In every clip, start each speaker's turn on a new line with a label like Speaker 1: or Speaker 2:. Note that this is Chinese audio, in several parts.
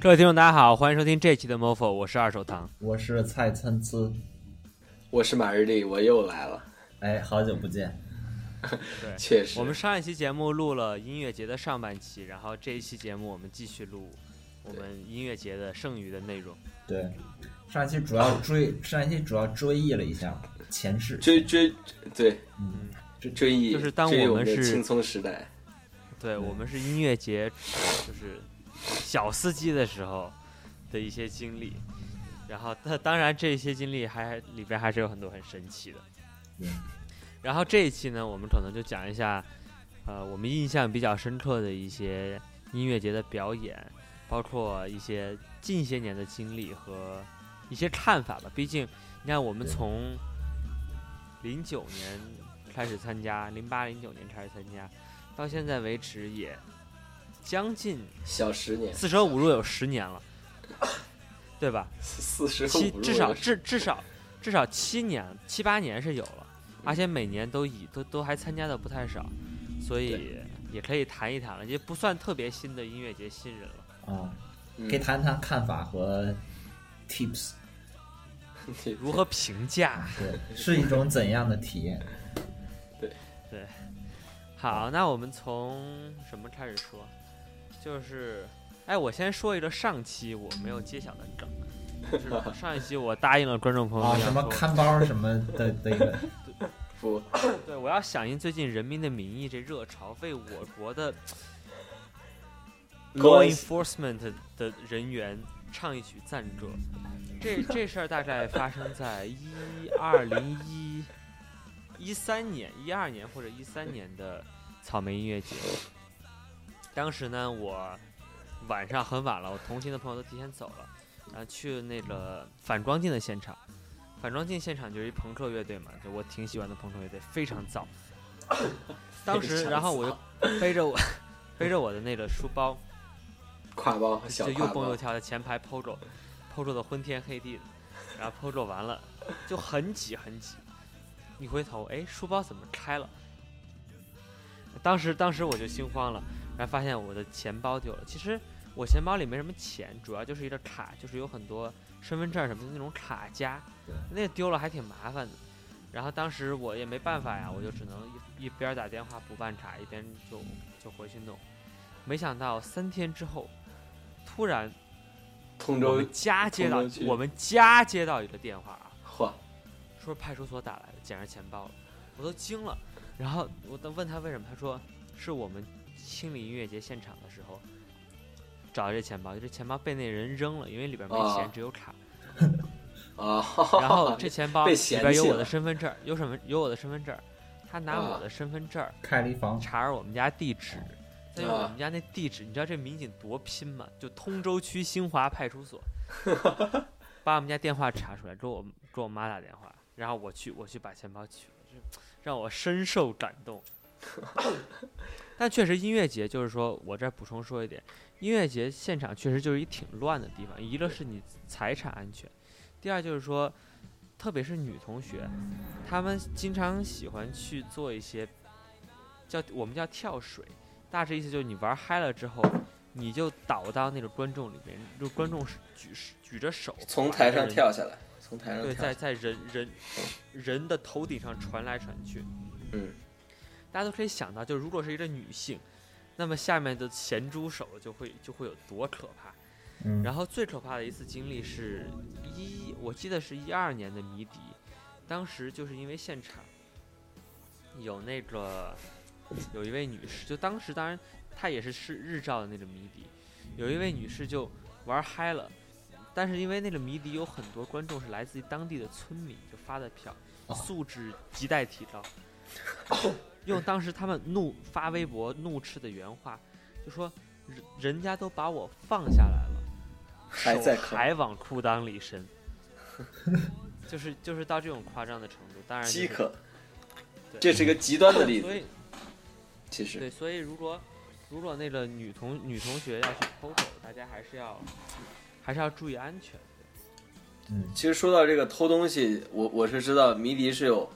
Speaker 1: 各位听众，大家好，欢迎收听这期的 MoFo，我是二手糖。
Speaker 2: 我是蔡参差，
Speaker 3: 我是马日丽，我又来了，
Speaker 2: 哎，好久不见，
Speaker 1: 对，
Speaker 3: 确实，
Speaker 1: 我们上一期节目录了音乐节的上半期，然后这一期节目我们继续录我们音乐节的剩余的内容。
Speaker 2: 对，上一期主要追，上一期主要追忆了一下前世，
Speaker 3: 追追对
Speaker 2: 嗯，
Speaker 3: 追忆，
Speaker 1: 就是当
Speaker 3: 追忆
Speaker 1: 我
Speaker 3: 我
Speaker 1: 们
Speaker 3: 的
Speaker 1: 是
Speaker 3: 青葱时代，
Speaker 1: 对我们是音乐节，就是小司机的时候的一些经历。然后，他当然这些经历还里边还是有很多很神奇的
Speaker 2: 对。
Speaker 1: 然后这一期呢，我们可能就讲一下，呃，我们印象比较深刻的一些音乐节的表演，包括一些近些年的经历和一些看法吧。毕竟，你看我们
Speaker 2: 对
Speaker 1: 从零九年开始参加，零八零九年开始参加，到现在为止也将近
Speaker 3: 小十年，
Speaker 1: 四舍五入有十年了，对吧？
Speaker 3: 四十
Speaker 1: 七
Speaker 3: 五入
Speaker 1: 至少
Speaker 3: 了
Speaker 1: 至至少至少七年七八年是有了，而且每年都以都都还参加的不太少，所以也可以谈一谈了，也不算特别新的音乐节新人了。
Speaker 2: 啊，
Speaker 3: 嗯
Speaker 2: 可以谈谈看法和 tips，
Speaker 3: 对
Speaker 1: 如何评价？
Speaker 2: 对，是一种怎样的体 验？
Speaker 1: 好，那我们从什么开始说？就是，哎，我先说一个上期我没有揭晓的梗，就是上一期我答应了观众朋友
Speaker 2: 啊，
Speaker 1: 们要
Speaker 2: 什么
Speaker 1: 说
Speaker 2: 看包什么的的一个，
Speaker 3: 不
Speaker 1: 对，我要响应最近《人民的名义》这热潮，为我国的 law
Speaker 3: Noise
Speaker 1: enforcement 的人员唱一曲赞歌。这这事儿大概发生在一二零一一三年、一二年或者一三年的草莓音乐节。当时呢，我晚上很晚了，我同行的朋友都提前走了，然后去那个反光镜的现场。反光镜现场就是一朋克乐队嘛，就我挺喜欢的朋克乐队，非常燥。当时，然后我就背着我 背着我的那个书包，
Speaker 3: 挎包小
Speaker 1: 就又
Speaker 3: 挎
Speaker 1: 蹦又
Speaker 3: 包，
Speaker 1: 跳的前排 POGO，POGO 的昏天黑地的，然后 POGO 完了就很挤很挤，一回头，哎，书包怎么开了？当时当时我就心慌了，然后发现我的钱包丢了。其实我钱包里没什么钱，主要就是一个卡，就是有很多身份证什么的那种卡夹
Speaker 2: 对，
Speaker 1: 那个丢了还挺麻烦的。然后当时我也没办法呀，我就只能一一边打电话补办卡，一边就就回去弄。没想到三天之后，突然
Speaker 3: 通
Speaker 1: 我
Speaker 3: 州
Speaker 1: 们家接到
Speaker 3: 通州区
Speaker 1: 我们家接到一个电话啊，
Speaker 3: 话，
Speaker 1: 说是派出所打来的，捡着钱包了，我都惊了。然后我当问他为什么，他说是我们清理音乐节现场的时候找到这钱包，就这钱包被那人扔了，因为里边没钱，
Speaker 3: 啊
Speaker 1: 只有卡。
Speaker 3: 啊，
Speaker 1: 然后这钱包
Speaker 3: 被
Speaker 1: 里
Speaker 3: 嫌
Speaker 1: 边有
Speaker 3: 弃
Speaker 1: 我的
Speaker 3: 了
Speaker 1: 身份证儿，有什么有我的身份证儿，他拿我
Speaker 3: 啊
Speaker 1: 的身份证儿
Speaker 2: 开了一房，
Speaker 1: 查着我们家地址，再用
Speaker 3: 啊
Speaker 1: 我们家那地址，你知道这民警多拼吗？就通州区新华派出所，把我们家电话查出来，给我给我妈打电话，然后我去我去把钱包取了，这让我深受感动。但确实，音乐节就是说，我这儿补充说一点，音乐节现场确实就是一挺乱的地方，一个是你财产安全，第二就是说，特别是女同学，她们经常喜欢去做一些叫我们叫跳水，大致意思就是你玩嗨了之后，你就倒到那个观众里面，就观众是举举着手
Speaker 3: 从
Speaker 1: 把这
Speaker 3: 台
Speaker 1: 个
Speaker 3: 上
Speaker 1: 人
Speaker 3: 跳下来，从台上
Speaker 1: 对，
Speaker 3: 跳
Speaker 1: 在，在人人人的头顶上传来传去。
Speaker 3: 嗯，
Speaker 1: 大家都可以想到，就如果是一个女性，那么下面的咸猪手就会就会有多可怕。
Speaker 2: 嗯，
Speaker 1: 然后最可怕的一次经历是一，我记得是一二年的谜底，当时就是因为现场有那个有一位女士，就当时当然她也是是日照的那个谜底，有一位女士就玩嗨了，但是因为那个谜底有很多观众是来自于当地的村民，就发的票，
Speaker 2: 哦
Speaker 1: 素质亟待提 高。用当时他们怒发微博怒斥的原话，就说人人家都把我放下来了，
Speaker 3: 还
Speaker 1: 手
Speaker 3: 在扣
Speaker 1: 还往裤裆里 伸，就是就是到这种夸张的程度。当然、就是，
Speaker 3: 饥渴，
Speaker 1: 对
Speaker 3: 这是个极端的例
Speaker 1: 所
Speaker 3: 子，
Speaker 1: 以
Speaker 3: 其实
Speaker 1: 对，所以如果如果那个女同女同学要去 POGO，大家还是要还是要注意安全。
Speaker 2: 嗯
Speaker 3: 其实说到这个偷东西，我我是知道迷笛是有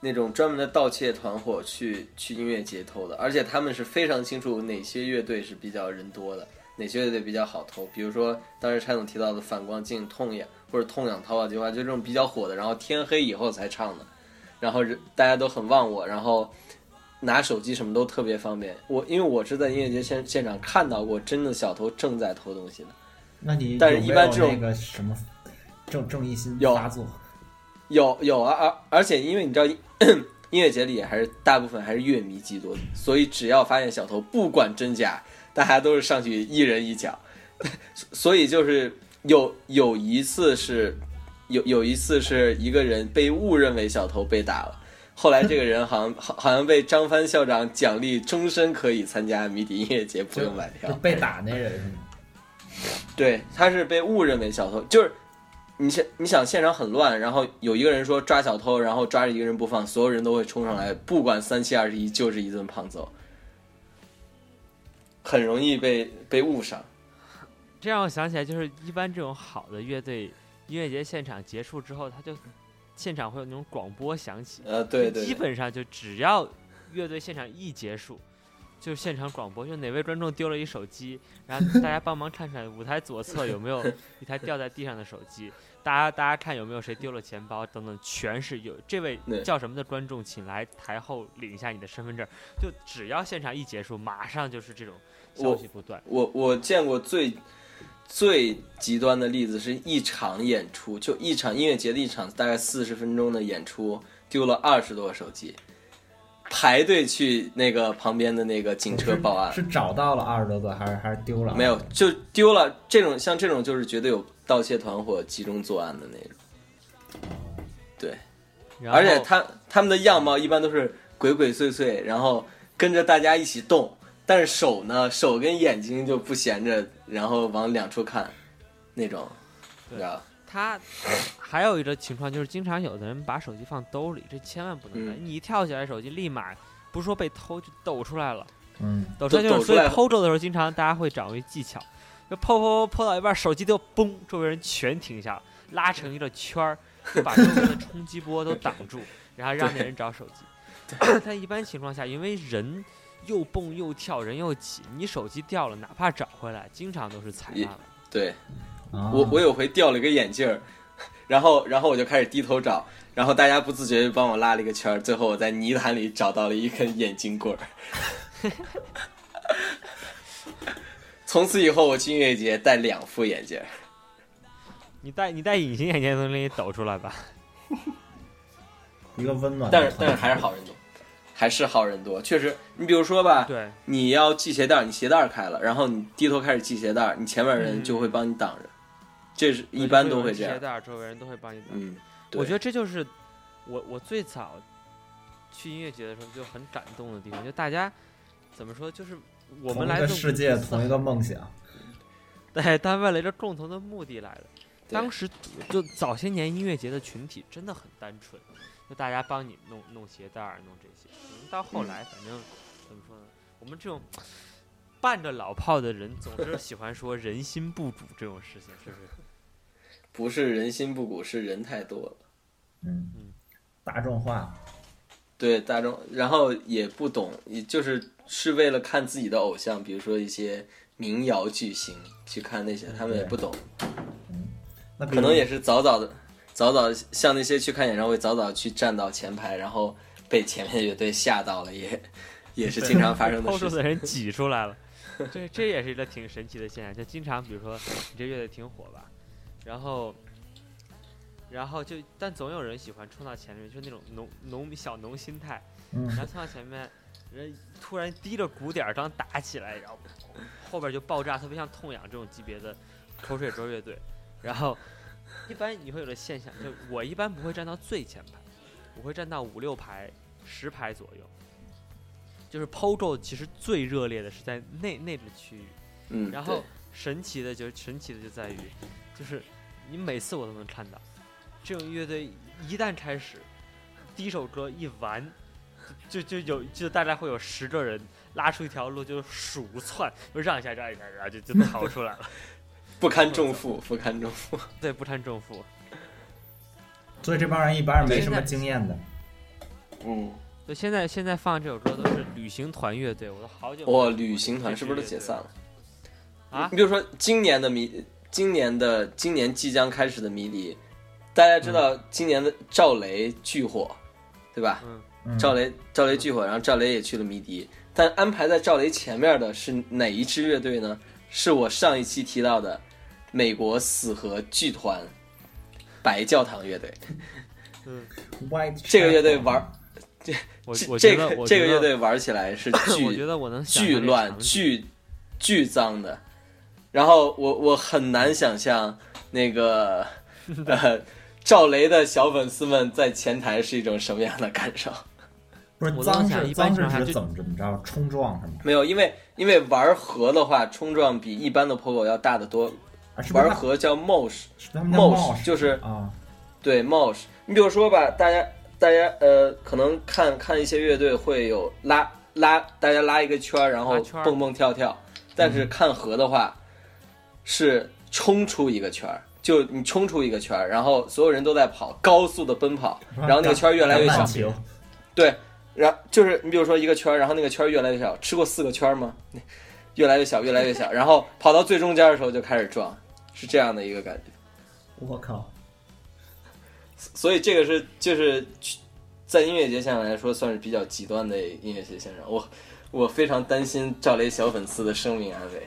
Speaker 3: 那种专门的盗窃团伙去去音乐节偷的，而且他们是非常清楚哪些乐队是比较人多的，哪些乐队比较好投，比如说当时柴总提到的反光镜、痛痒或者痛痒桃花计划，就这种比较火的，然后天黑以后才唱的，然后人大家都很忘我，然后拿手机什么都特别方便。我因为我是在音乐节现现场看到过真的小偷正在偷东西的，
Speaker 2: 那你
Speaker 3: 但是一般
Speaker 2: 有没有
Speaker 3: 这种
Speaker 2: 那个什么郑郑义新
Speaker 3: 有
Speaker 2: 发作，
Speaker 3: 有有啊，而而且因为你知道音音乐节里还是大部分还是乐迷居多，所以只要发现小偷，不管真假，大家都是上去一人一脚。 所以就是有有一次是有有一次是一个人被误认为小偷被打了，后来这个人好像好好像被张帆校长奖励终身可以参加迷笛音乐节，不用买票
Speaker 2: 就。被打那人是吗？
Speaker 3: 对，他是被误认为小偷，就是你想你想现场很乱，然后有一个人说抓小偷，然后抓着一个人不放，所有人都会冲上来，不管三七二十一，就是一顿胖揍，很容易被被误伤。
Speaker 1: 这让我想起来，就是一般这种好的乐队音乐节现场结束之后，他就现场会有那种广播响起，
Speaker 3: 呃，对
Speaker 1: 就
Speaker 3: 对
Speaker 1: 基
Speaker 3: 对
Speaker 1: 本上就只要乐队现场一结束，就现场广播，就哪位观众丢了一手机，然后大家帮忙看看舞台左侧有没有一台掉在地上的手机，大家大家看有没有谁丢了钱包等等，全是有这位
Speaker 3: 对
Speaker 1: 叫什么的观众，请来台后领一下你的身份证。就只要现场一结束，马上就是这种消
Speaker 3: 我
Speaker 1: 息不断。
Speaker 3: 我我见过最最极端的例子是一场演出，就一场音乐节的一场大概四十分钟的演出，丢了二十多个手机，排队去那个旁边的那个警车报案。
Speaker 2: 是找到了二十多个，还是还是丢
Speaker 1: 啊
Speaker 2: 了？
Speaker 3: 没有，就丢了。这种像这种就是绝对有盗窃团伙集中作案的那种，
Speaker 1: 然后
Speaker 3: 而且他他们的样貌一般都是鬼鬼祟祟，然后跟着大家一起动，但是手呢，手跟眼睛就不闲着，然后往两处看，那种，你知道吧？
Speaker 1: 他还有一个情况就是，经常有的人把手机放兜里，这千万不能干。
Speaker 3: 嗯
Speaker 1: 你一跳起来，手机立马不是说被偷就抖出来了，
Speaker 2: 嗯，
Speaker 1: 抖出来
Speaker 3: 就
Speaker 1: 就
Speaker 3: 抖
Speaker 1: 是
Speaker 3: 出
Speaker 1: 所
Speaker 3: 来
Speaker 1: 以
Speaker 3: 了
Speaker 1: 偷咒的时候，经常大家会掌握一技巧，就抛抛抛抛到一半，手机就嘣，周围人全停下了，拉成一个圈儿，就把周围的冲击波都挡住，然后让那人找手机。但一般情况下，因为人又蹦又跳，人又挤，你手机掉了，哪怕找回来，经常都是踩
Speaker 3: 也
Speaker 1: 烂了。
Speaker 3: 对
Speaker 2: 啊
Speaker 3: 我我有回掉了一个眼镜儿，然后然后我就开始低头找，然后大家不自觉就帮我拉了一个圈儿，最后我在泥潭里找到了一根眼镜棍儿。从此以后，我去音乐节戴两副眼镜儿。
Speaker 1: 你戴你戴隐形眼镜都能给你抖出来吧？
Speaker 2: 一个温暖
Speaker 3: 但
Speaker 2: 的
Speaker 3: 是但
Speaker 2: 团，
Speaker 3: 是还是好人多，还是好人多，确实。你比如说吧，
Speaker 1: 对。
Speaker 3: 你要系鞋带儿，你鞋带儿开了，然后你低头开始系鞋带儿，你前面人就会帮你挡着，这是一般嗯都会这
Speaker 1: 鞋
Speaker 3: 样。
Speaker 1: 带儿周围人都会帮你挡。
Speaker 3: 嗯，对
Speaker 1: 我觉得这就是我我最早去音乐节的时候就很感动的地方，就大家怎么说，就是我
Speaker 2: 同
Speaker 1: 们
Speaker 2: 一
Speaker 1: 来
Speaker 2: 个
Speaker 1: 自
Speaker 2: 世界，
Speaker 1: 五湖四
Speaker 2: 同一个梦想。
Speaker 1: 对，但为了一个共同的目的来了。
Speaker 3: 对
Speaker 1: 当时就早些年音乐节的群体真的很单纯，就大家帮你弄弄鞋带儿、弄这些。可能到后来，反正怎么说呢，我们这种伴着老炮的人，总是喜欢说人心不古这种事情，是不是？
Speaker 3: 不是人心不古，是人太多了。
Speaker 2: 嗯
Speaker 1: 嗯，
Speaker 2: 大众化，
Speaker 3: 对大众，然后也不懂，也就是是为了看自己的偶像，比如说一些民谣巨星去看那些，他们也不懂，
Speaker 2: 那比
Speaker 3: 可
Speaker 2: 如
Speaker 3: 能也是早早的，早早像那些去看演唱会，早早去站到前排，然后被前面乐队吓到了，也也是经常发生的
Speaker 1: 偷
Speaker 3: 事
Speaker 1: 渡
Speaker 3: 情。
Speaker 1: 的人挤出来了。这这也是一个挺神奇的现象，就经常比如说你这乐队挺火吧，然后然后就但总有人喜欢冲到前面，就是那种农农小农心态，
Speaker 2: 嗯
Speaker 1: 然后冲到前面，人突然低着鼓点儿刚打起来，然后后边就爆炸，特别像痛痒这种级别的口水歌乐队，然后一般你会有的现象，就我一般不会站到最前排，我会站到五六排、十排左右。就是 POGO 其实最热烈的是在那那个区域，
Speaker 3: 嗯，
Speaker 1: 然
Speaker 3: 对
Speaker 1: 后神奇的就是神奇的就在于，就是你每次我都能看到，这种乐队一旦开始，第一首歌一完，就就就有就大概会有十个人拉出一条路，就鼠窜，就让一下让一下，然后就就逃出来了，
Speaker 3: 不堪重负，不堪重负。
Speaker 1: 对，不堪重负。
Speaker 2: 所以这帮人一般是没什么
Speaker 1: 现在
Speaker 2: 经验的。
Speaker 3: 嗯，
Speaker 1: 对，现在现在放这首歌都是旅行团乐队，我都好久没
Speaker 3: 哇，
Speaker 1: 有
Speaker 3: 旅行团
Speaker 1: 这
Speaker 3: 是不是都
Speaker 1: 支乐
Speaker 3: 解
Speaker 1: 队
Speaker 3: 散了？
Speaker 1: 啊
Speaker 3: 你比如说今年的迷，今年的今年即将开始的迷离，大家知道今年的赵雷巨火，对吧？
Speaker 1: 嗯，
Speaker 2: 嗯
Speaker 3: 赵雷赵雷巨火，然后赵雷也去了迷笛，但安排在赵雷前面的是哪一支乐队呢？是我上一期提到的美国死河剧团白教堂乐队。
Speaker 2: White
Speaker 3: 这个乐队玩儿，
Speaker 1: 我
Speaker 3: 这
Speaker 1: 嗯我觉
Speaker 3: 这
Speaker 1: 得
Speaker 3: 个
Speaker 1: 我
Speaker 3: 这
Speaker 1: 觉
Speaker 3: 个
Speaker 1: 得
Speaker 3: 乐队玩起来 是
Speaker 1: 我觉
Speaker 3: 巨
Speaker 1: 得我能想
Speaker 3: 巨
Speaker 1: 象这
Speaker 3: 乱、
Speaker 1: 场景
Speaker 3: 巨巨脏的。然后我我很难想象 那个呃赵雷的小粉丝们在前台是一种什么样的感受。
Speaker 2: 不是
Speaker 1: 我都
Speaker 2: 脏
Speaker 1: 想
Speaker 2: 是
Speaker 1: 一般情
Speaker 2: 脏
Speaker 1: 况
Speaker 2: 是
Speaker 1: 下
Speaker 2: 指
Speaker 1: 就
Speaker 2: 怎么怎么着冲撞什么的
Speaker 3: 没有，因为因为玩河的话，冲撞比一般的 POGO 要大得多。
Speaker 2: 啊？是不是
Speaker 3: 玩
Speaker 2: 他
Speaker 3: 河叫 mosh
Speaker 2: 是他们叫
Speaker 3: mosh，
Speaker 2: mosh
Speaker 3: 就是
Speaker 2: 啊？
Speaker 3: 对 mosh。你比如说吧，大家大家呃，可能看看一些乐队会有拉拉，大家拉一个圈儿，然后
Speaker 1: 拉圈儿嗯
Speaker 3: 蹦蹦跳跳。但是看河的话，是冲出一个圈儿，就你冲出一个圈儿，然后所有人都在跑，高速的奔跑，然后那个圈儿越来越
Speaker 2: 橄
Speaker 3: 小
Speaker 2: 榄。球
Speaker 3: 对，然就是你比如说一个圈儿，然后那个圈儿越来越小，吃过四个圈儿吗？ 越来越小，越来越小，然后跑到最中间的时候就开始撞，是这样的一个感觉。
Speaker 2: 我靠，
Speaker 3: 所以这个是就是在音乐节上来说算是比较极端的音乐节现场。我我非常担心赵雷小粉丝的生命安危。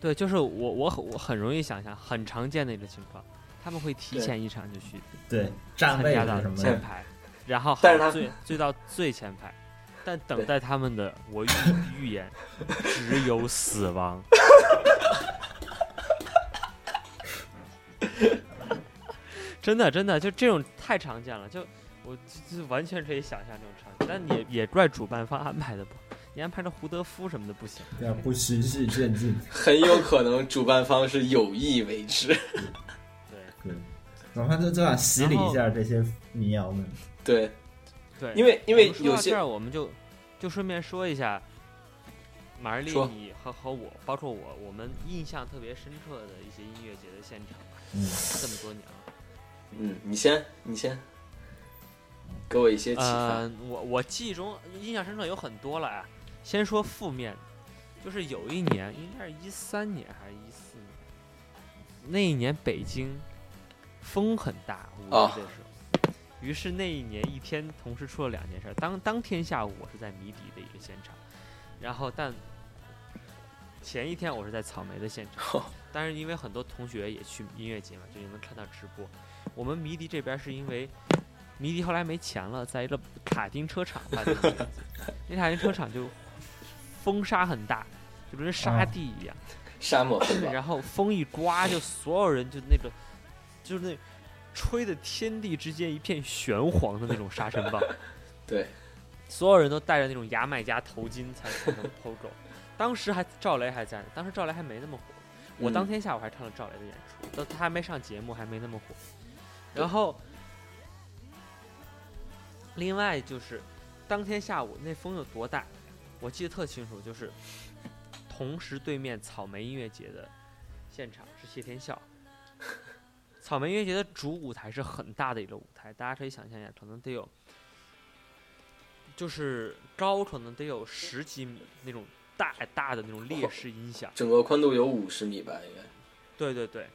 Speaker 1: 对，就是我我很我很容易想象，很常见的一种情况，他们会提
Speaker 3: 对啊
Speaker 1: 前一场就去
Speaker 2: 对，站
Speaker 1: 参
Speaker 2: 位
Speaker 1: 加
Speaker 2: 是
Speaker 1: 到
Speaker 2: 什么
Speaker 1: 前
Speaker 2: 的？
Speaker 1: 排，然后
Speaker 3: 但是
Speaker 1: 好
Speaker 3: 他
Speaker 1: 最最到最前排，但等
Speaker 3: 对
Speaker 1: 待他们的 我预预言只有死亡。 真的真的，就这种太常见了，就我就就完全可以想象这种场景，但也也怪主办方安排的不好，你安排着胡德夫什么的不行。
Speaker 2: 有点不循序渐进。
Speaker 3: 很有可能主办方是有意为之。
Speaker 1: 对
Speaker 2: 然后就就想洗礼一下这些民谣们。
Speaker 3: 对，
Speaker 1: 对，
Speaker 3: 因为因为
Speaker 1: 我们说
Speaker 3: 有
Speaker 1: 到这
Speaker 3: 些
Speaker 1: 儿，我们就就顺便说一下，马尔利
Speaker 3: 说
Speaker 1: 你和和我，包括我，我们印象特别深刻的一些音乐节的现场，
Speaker 2: 嗯，
Speaker 1: 这么多年了。
Speaker 3: 嗯，你先你先给我一些启发。
Speaker 1: 呃，我我记忆中印象深刻有很多了啊。先说负面的，就是有一年，应该是一三年还是一四年，那一年北京风很大，五一
Speaker 3: 哦
Speaker 1: 的时候。于是那一年一天同时出了两件事儿，当当天下午我是在谜底的一个现场，然后但前一天我是在草莓的现场，
Speaker 3: 哦
Speaker 1: 但是因为很多同学也去音乐节嘛，就也能看到直播。我们迷笛这边是因为迷笛后来没钱了，在一个卡丁车场办的音乐节，那卡丁车场就风沙很大，就跟沙
Speaker 2: 啊
Speaker 1: 地一样。
Speaker 3: 沙漠风暴，
Speaker 1: 然后风一刮，就所有人就那个，就是那吹的天地之间一片玄黄的那种沙尘暴，
Speaker 3: 对，
Speaker 1: 所有人都戴着那种牙买加头巾才才能 POGO。当时还赵雷还在呢，当时赵雷还没那么火。我当
Speaker 3: 嗯
Speaker 1: 天下午还看了赵雷的演出，但他还没上节目，还没那么火。
Speaker 3: 对
Speaker 1: 然后，另外就是当天下午那风有多大，我记得特清楚，就是同时对面草莓音乐节的现场是谢天笑。草莓音乐节的主舞台是很大的一个舞台，大家可以想象一下，可能得有，就是高可能得有十几米那种大大的那种列式音响。
Speaker 3: 整个宽度有五十米吧，应该。
Speaker 1: 对对对，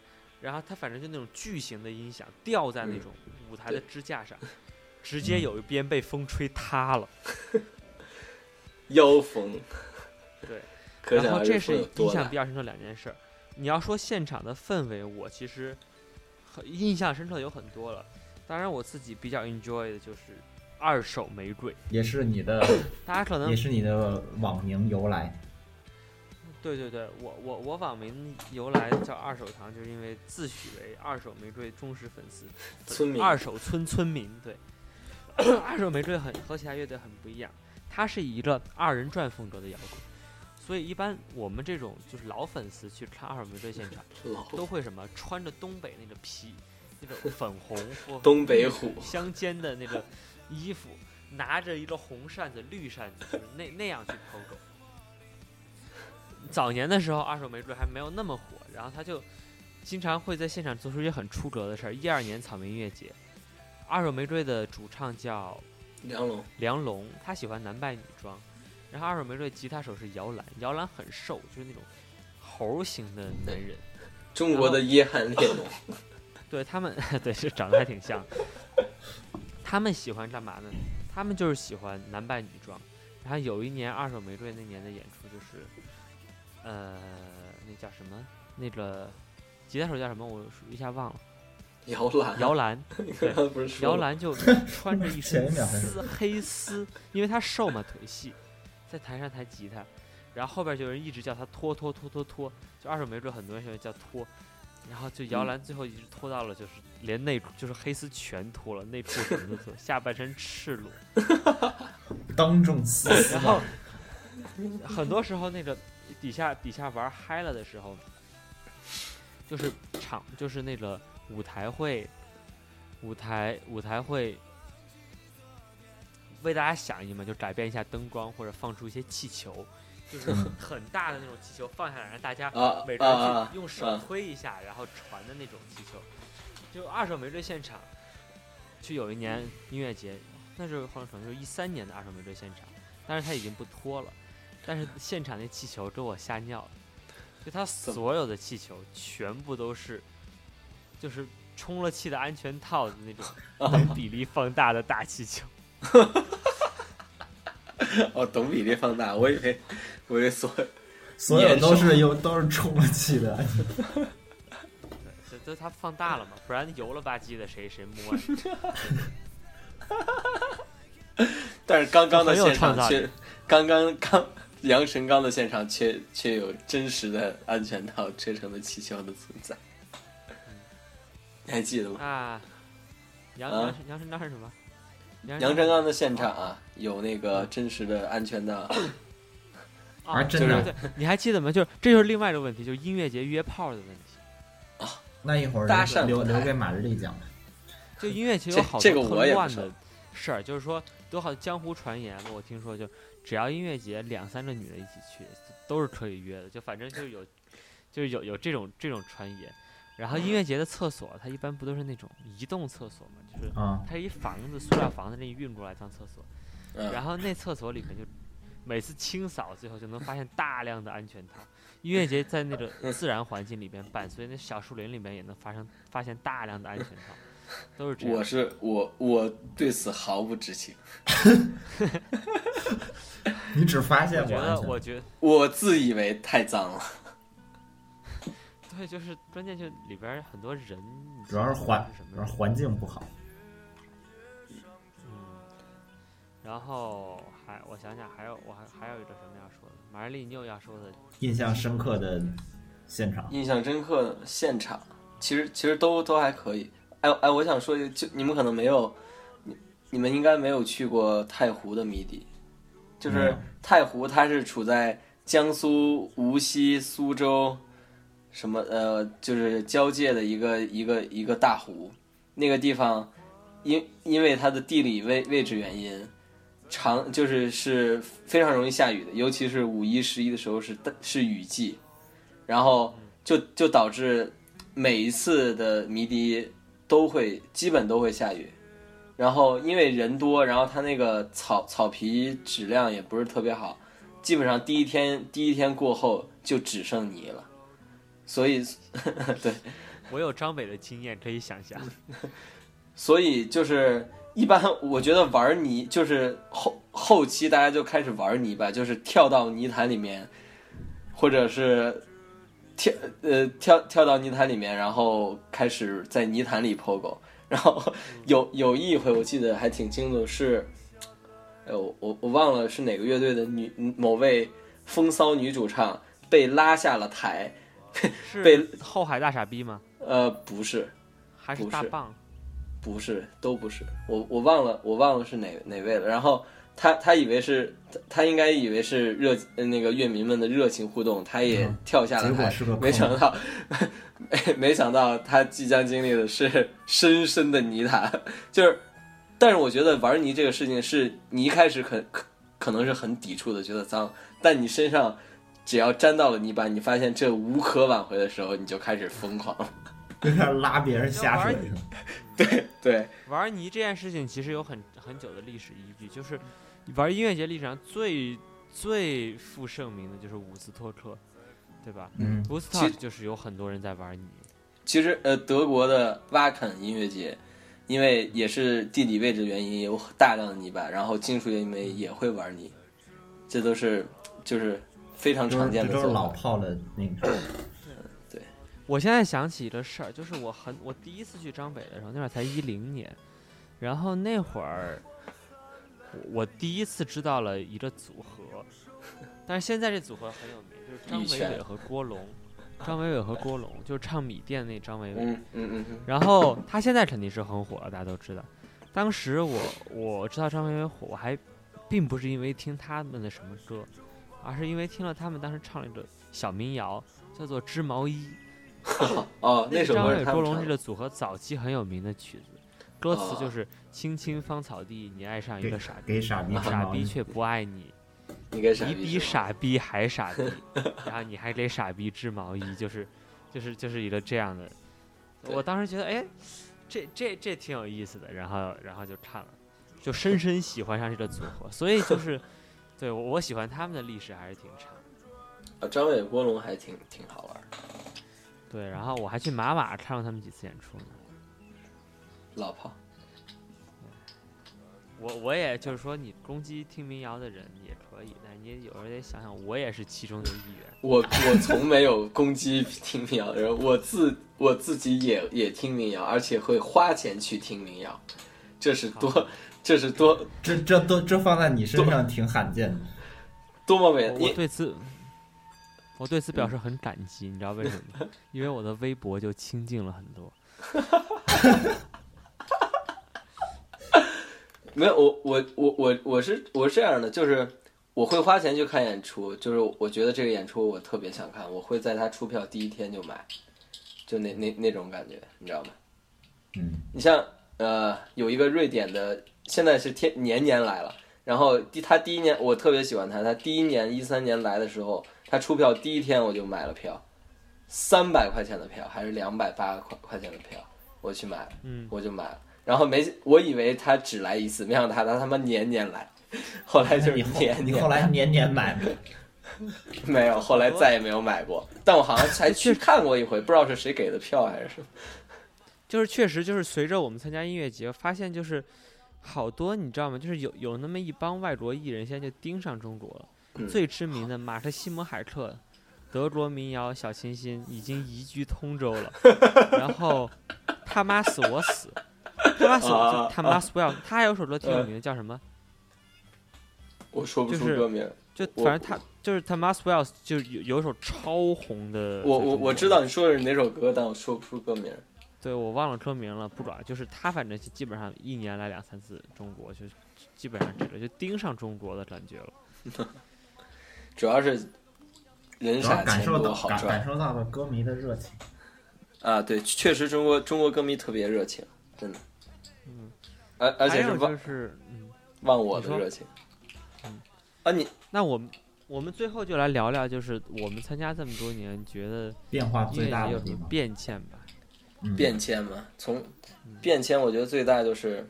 Speaker 1: 然后它反正就那种巨型的音响吊在那
Speaker 3: 嗯
Speaker 1: 种舞台的
Speaker 3: 对
Speaker 1: 支架上， 直接有一边被风吹塌了。
Speaker 3: 妖风。
Speaker 1: 对，
Speaker 3: 可
Speaker 1: 然
Speaker 3: 想
Speaker 1: 后
Speaker 3: 而
Speaker 1: 这
Speaker 3: 知
Speaker 1: 是
Speaker 3: 风有
Speaker 1: 印
Speaker 3: 多
Speaker 1: 象
Speaker 3: 大
Speaker 1: 比。较深刻的两件事儿。你要说现场的氛围，我其实很印象深刻的有很多了。当然，我自己比较 enjoy 的就是二手玫瑰，
Speaker 2: 也是 你的，
Speaker 1: 大家可能
Speaker 2: 也是你的网名由来。
Speaker 1: 对对对，我我我网名由来叫二手糖，就是因为自诩为二手玫瑰忠实粉丝，
Speaker 3: 村民
Speaker 1: 二手村村民。对， 二手玫瑰很和其他乐队很不一样，它是一个二人转风格的摇滚，所以一般我们这种就是老粉丝去看二手玫瑰现场，
Speaker 3: 老
Speaker 1: 都会什么穿着东北那个皮，那种粉红或
Speaker 3: 东北虎，
Speaker 1: 相间的那个衣服，拿着一个红扇子、绿扇子，就是那那样去抛狗。早年的时候，二手玫瑰还没有那么火，然后他就经常会在现场做出一些很出格的事儿。一二年草莓音乐节，二手玫瑰的主唱叫
Speaker 3: 梁龙，
Speaker 1: 梁龙，他喜欢男扮女装，然后二手玫瑰吉他手是摇篮，摇篮很瘦，就是那种猴型的男人，
Speaker 3: 中国的约翰列侬，
Speaker 1: 对他们， 对是长得还挺像。他们喜欢干嘛呢？他们就是喜欢男扮女装。然后有一年二手玫瑰那年的演出就是，呃，那叫什么？那个吉他手叫什么？我一下忘了。
Speaker 3: 摇篮，
Speaker 1: 摇篮，对
Speaker 3: 篮 不是说
Speaker 1: 摇
Speaker 3: 了
Speaker 1: 篮 就穿着一
Speaker 2: 前
Speaker 1: 身
Speaker 2: 一秒还是
Speaker 1: 丝黑丝，因为他瘦嘛，腿细，在台上弹吉他，然后后边就有人一直叫他拖拖拖拖拖，就二手玫瑰很多人喜欢叫拖，然后就
Speaker 2: 嗯
Speaker 1: 摇篮最后一直拖到了就是连内就是黑丝全脱了，内裤什么的脱，下半身赤裸，
Speaker 2: 当众刺死
Speaker 1: 然后
Speaker 2: 吧，
Speaker 1: 很多时候那个底下底下玩嗨了的时候，就是场就是那个舞台会，舞台舞台会为大家响应嘛，就改变一下灯光或者放出一些气球，就是
Speaker 2: 嗯
Speaker 1: 很大的那种气球放下来，让大家
Speaker 3: 啊
Speaker 1: 每个
Speaker 3: 啊
Speaker 1: 人
Speaker 3: 啊
Speaker 1: 去！用手
Speaker 3: 啊
Speaker 1: 推一下，然后传的那种气球。就二手玫瑰现场，就有一年音乐节，那是好像可能就是一三年的二手玫瑰现场，但是他已经不脱了，但是现场那气球给我吓尿了，就他
Speaker 3: 么
Speaker 1: 所有的气球全部都是，就是充了气的安全套的 那种能比例放大的大气球。
Speaker 3: 哦，懂比例放大，我以为我以为所有
Speaker 2: 所有都是有都是充了气的，
Speaker 1: 对，这这它放大了嘛，不然油了吧唧的谁谁摸呀？
Speaker 3: 但是刚刚的
Speaker 1: 很有
Speaker 3: 现场
Speaker 1: 创造力
Speaker 3: 却，刚刚刚杨神刚的现场却却有真实的安全套吹成的气球的存在，
Speaker 1: 嗯
Speaker 3: 你还记得 吗？
Speaker 1: 啊，杨
Speaker 3: 啊
Speaker 1: 杨神杨神章是什么？杨
Speaker 3: 杨振刚的现场啊，有那个
Speaker 1: 嗯
Speaker 3: 真实的安全套，
Speaker 1: 啊，
Speaker 2: 啊真
Speaker 1: 对
Speaker 3: 的
Speaker 1: 对，对你还记得吗？就是这就是另外一个问题，就是音乐节约炮的问题。
Speaker 2: 那一会儿
Speaker 3: 搭讪
Speaker 2: 留
Speaker 3: 舞台
Speaker 2: 留给马日丽讲。
Speaker 1: 就音乐节
Speaker 3: 这
Speaker 1: 有好
Speaker 3: 这个
Speaker 1: 多
Speaker 3: 我也
Speaker 1: 很
Speaker 3: 不
Speaker 1: 乱
Speaker 3: 熟
Speaker 1: 的事儿，就是说有好江湖传言嘛，我听说就只要音乐节两三个女的一起去都是可以约的，就反正就是有就是有有这种这种传言。然后音乐节的厕所，它一般不都是那种移动厕所嘛，就是
Speaker 2: 啊，
Speaker 1: 它是一房子塑料房子给你运过来当厕所，
Speaker 3: 嗯，
Speaker 1: 然后那厕所里面就每次清扫，最后就能发现大量的安全套。音乐节在那个自然环境里边办，所以那小树林里面也能发生发现大量的安全套，都是这
Speaker 3: 我
Speaker 1: 样。
Speaker 3: 是我我对此毫不知情，
Speaker 2: 你只发现
Speaker 1: 我觉
Speaker 2: 过安
Speaker 1: 得，
Speaker 2: 全
Speaker 1: 我觉得
Speaker 3: 我自以为太脏了，
Speaker 1: 对，就是关键就是里边很多人，你
Speaker 2: 主要是
Speaker 1: 不知道
Speaker 2: 环
Speaker 1: 什么
Speaker 2: 主要
Speaker 1: 人
Speaker 2: 是环境不好。
Speaker 1: 嗯，然后还我想想，还有我还还有一个什么要说的？马尔丽，你有要说的？
Speaker 2: 印象深刻的现场，
Speaker 3: 印象深刻的现场，其实其实都都还可以。哎哎，我想说一个，就你们可能没有，你你们应该没有去过太湖的迷笛，就
Speaker 2: 没
Speaker 3: 是
Speaker 2: 有
Speaker 3: 太湖它是处在江苏、无锡、苏州什么呃，就是交界的一个一个一个大湖，那个地方因因为它的地理位位置原因。长就是是非常容易下雨的，尤其是五一、十一的时候是大是雨季，然后就就导致每一次的迷笛都会基本都会下雨，然后因为人多，然后它那个草草皮质量也不是特别好，基本上第一天第一天过后就只剩泥了，所以
Speaker 1: 我有张北的经验，可以想象。
Speaker 3: 所以就是一般，我觉得玩泥就是后后期大家就开始玩泥巴，就是跳到泥潭里面，或者是跳呃跳跳到泥潭里面，然后开始在泥潭里 POGO。然后有有一回我记得还挺清楚，是，呃我我我忘了是哪个乐队的女某位风骚女主唱被拉下了台，被
Speaker 1: 是后海大傻逼吗？
Speaker 3: 呃不是，
Speaker 1: 还是
Speaker 3: 不
Speaker 1: 大
Speaker 3: 是
Speaker 1: 棒？
Speaker 3: 不是，都不是，我我忘了，我忘了是哪哪位了。然后他他以为是，他他应该以为是热呃那个乐迷们的热情互动，他也
Speaker 2: 嗯
Speaker 3: 跳下了
Speaker 2: 结果
Speaker 3: 台，
Speaker 2: 是个
Speaker 3: 没
Speaker 2: 空
Speaker 3: 想到， 没没想到他即将经历的是 深深的泥潭，就是，但是我觉得玩泥这个事情是你一开始可可可能是很抵触的，觉得脏，但你身上只要沾到了泥巴，你发现这无可挽回的时候，你就开始疯狂，
Speaker 2: 有点拉别人下水
Speaker 3: 嗯
Speaker 2: 是吧？
Speaker 3: 对，
Speaker 1: 玩泥这件事情其实有很很久的历史依据，就是玩音乐节历史上最最负盛名的就是伍斯托克，对对吧
Speaker 2: 嗯，
Speaker 1: ？Woodstock 就是有很多人在玩泥，
Speaker 3: 其实呃，德国的瓦肯音乐节，因为也是地理位置原因，有大量的泥巴，然后金属乐迷也会玩泥，这都是就是非常
Speaker 2: 这
Speaker 3: 常
Speaker 2: 这
Speaker 3: 见的嗯
Speaker 2: 都是
Speaker 3: 做
Speaker 2: 老
Speaker 3: 法。
Speaker 2: 炮的那个，
Speaker 1: 我现在想起的事儿，就是我很我第一次去张北的时候，那会儿才一零年，然后那会儿我我第一次知道了一个组合，但是现在这组合很有名，就是张
Speaker 3: 羽
Speaker 1: 伟
Speaker 3: 泉
Speaker 1: 伟和郭龙，张伟伟和郭龙就是唱米店那张伟伟，
Speaker 3: 嗯嗯嗯嗯，
Speaker 1: 然后他现在肯定是很火了，大家都知道。当时我我知道张伟伟火，我还并不是因为听他们的什么歌，而是因为听了他们当时唱了一个小民谣，叫做《织毛衣》。
Speaker 3: 哦，那首
Speaker 1: 张
Speaker 3: 歌
Speaker 1: 伟
Speaker 3: 是他
Speaker 1: 郭
Speaker 3: 们
Speaker 1: 龙
Speaker 3: 唱
Speaker 1: 这
Speaker 3: 的。
Speaker 1: 个组合早期很有名的曲子，歌词就
Speaker 3: 哦
Speaker 1: 是“青青芳草地，你爱上一
Speaker 2: 给
Speaker 1: 个傻逼，
Speaker 2: 给傻逼
Speaker 3: 啊
Speaker 2: 织
Speaker 1: 傻
Speaker 2: 毛
Speaker 1: 逼
Speaker 2: 衣
Speaker 1: 却不爱你，
Speaker 3: 你该傻
Speaker 1: 你
Speaker 3: 逼
Speaker 1: 比
Speaker 3: 是吧
Speaker 1: 傻逼还傻 逼，然后你还给傻逼织毛衣，就是，就是就是一个这样的。
Speaker 3: 对
Speaker 1: 我当时觉得，哎，这这这挺有意思的，然后然后就看了，就深深喜欢上这个组合，所以 就是，对我我喜欢他们的历史还是挺长。
Speaker 3: 啊，张伟郭龙还挺挺好玩的，
Speaker 1: 对，然后我还去马马看过他们几次演出呢。
Speaker 3: 老炮。
Speaker 1: 我我也就是说，你攻击听民谣的人也可以，但你有时候得想想，我也是其中的一员。
Speaker 3: 我我从没有攻击 听民谣的人，我自我自己也也听民谣，而且会花钱去听民谣，这是多这是多
Speaker 2: 这这都这放在你身上挺罕见的。
Speaker 3: 多么伟大！
Speaker 1: 我我
Speaker 3: 你
Speaker 1: 对此，我对此表示很感激，你知道为什么吗？因为我的微博就清静了很多。
Speaker 3: 没有我我我我我是我是这样的，就是我会花钱去看演出，就是我觉得这个演出我特别想看，我会在他出票第一天就买，就那那那种感觉，你知道吗？
Speaker 2: 嗯，
Speaker 3: 你像呃，有一个瑞典的，现在是天年年来了。然后第他第一年我特别喜欢他，他第一年一三年来的时候，他出票第一天我就买了票，三百块钱的票还是两百八块块钱的票，我去买了，
Speaker 1: 嗯，
Speaker 3: 我就买了。然后没我以为他只来一次，没想到他他他妈年年来，后来就是
Speaker 2: 哎你
Speaker 3: 年
Speaker 2: 后
Speaker 3: 年
Speaker 2: 你后来年年买吗？
Speaker 3: 没有，后来再也没有买过。但我好像才去看过一回，不知道是谁给的票还是什么。
Speaker 1: 就是确实就是随着我们参加音乐节，发现就是好多你知道吗？就是有有那么一帮外国艺人现在就盯上中国了。
Speaker 3: 嗯
Speaker 1: 最知名的马特西姆海克，德国民谣小清新已经移居通州 了，然后他妈死我死，他妈死我
Speaker 3: 啊呃
Speaker 1: 就他妈死不要，他还有首歌挺有名的叫什么？
Speaker 3: 我说不出
Speaker 1: 就是
Speaker 3: 歌名，
Speaker 1: 就
Speaker 3: 我
Speaker 1: 反正他就是他妈 spell，就是有有一首超红的在中
Speaker 3: 我
Speaker 1: 国。
Speaker 3: 我我知道你说的是哪首歌，但我说不出歌名。
Speaker 1: 对我忘了歌名了，不管，就是他反正就基本上一年来两三次中国，就是基本上这个就盯上中国的感觉了。
Speaker 3: 主要是人
Speaker 2: 主要
Speaker 3: 傻
Speaker 2: 感
Speaker 3: 钱
Speaker 2: 受
Speaker 3: 多
Speaker 2: 到
Speaker 3: 好
Speaker 2: 感感
Speaker 3: 赚
Speaker 2: 受到了歌迷的热情。
Speaker 3: 啊！对，确实中国中国歌迷特别热情，真的，
Speaker 1: 嗯，
Speaker 3: 而而
Speaker 1: 还
Speaker 3: 且是
Speaker 1: 有
Speaker 3: 忘
Speaker 1: 就是，嗯，
Speaker 3: 忘我
Speaker 1: 你
Speaker 3: 的
Speaker 1: 说
Speaker 3: 热情
Speaker 1: 嗯。
Speaker 3: 啊，你
Speaker 1: 那我们我们最后就来聊聊，就是我们参加这么多年，觉得
Speaker 2: 变化
Speaker 1: 音
Speaker 2: 最
Speaker 1: 乐
Speaker 2: 大
Speaker 1: 节有
Speaker 2: 的
Speaker 1: 什
Speaker 2: 地
Speaker 1: 么
Speaker 2: 方，
Speaker 1: 变迁吧？
Speaker 2: 嗯
Speaker 3: 变迁嘛，从
Speaker 1: 嗯
Speaker 3: 变迁，我觉得最大就是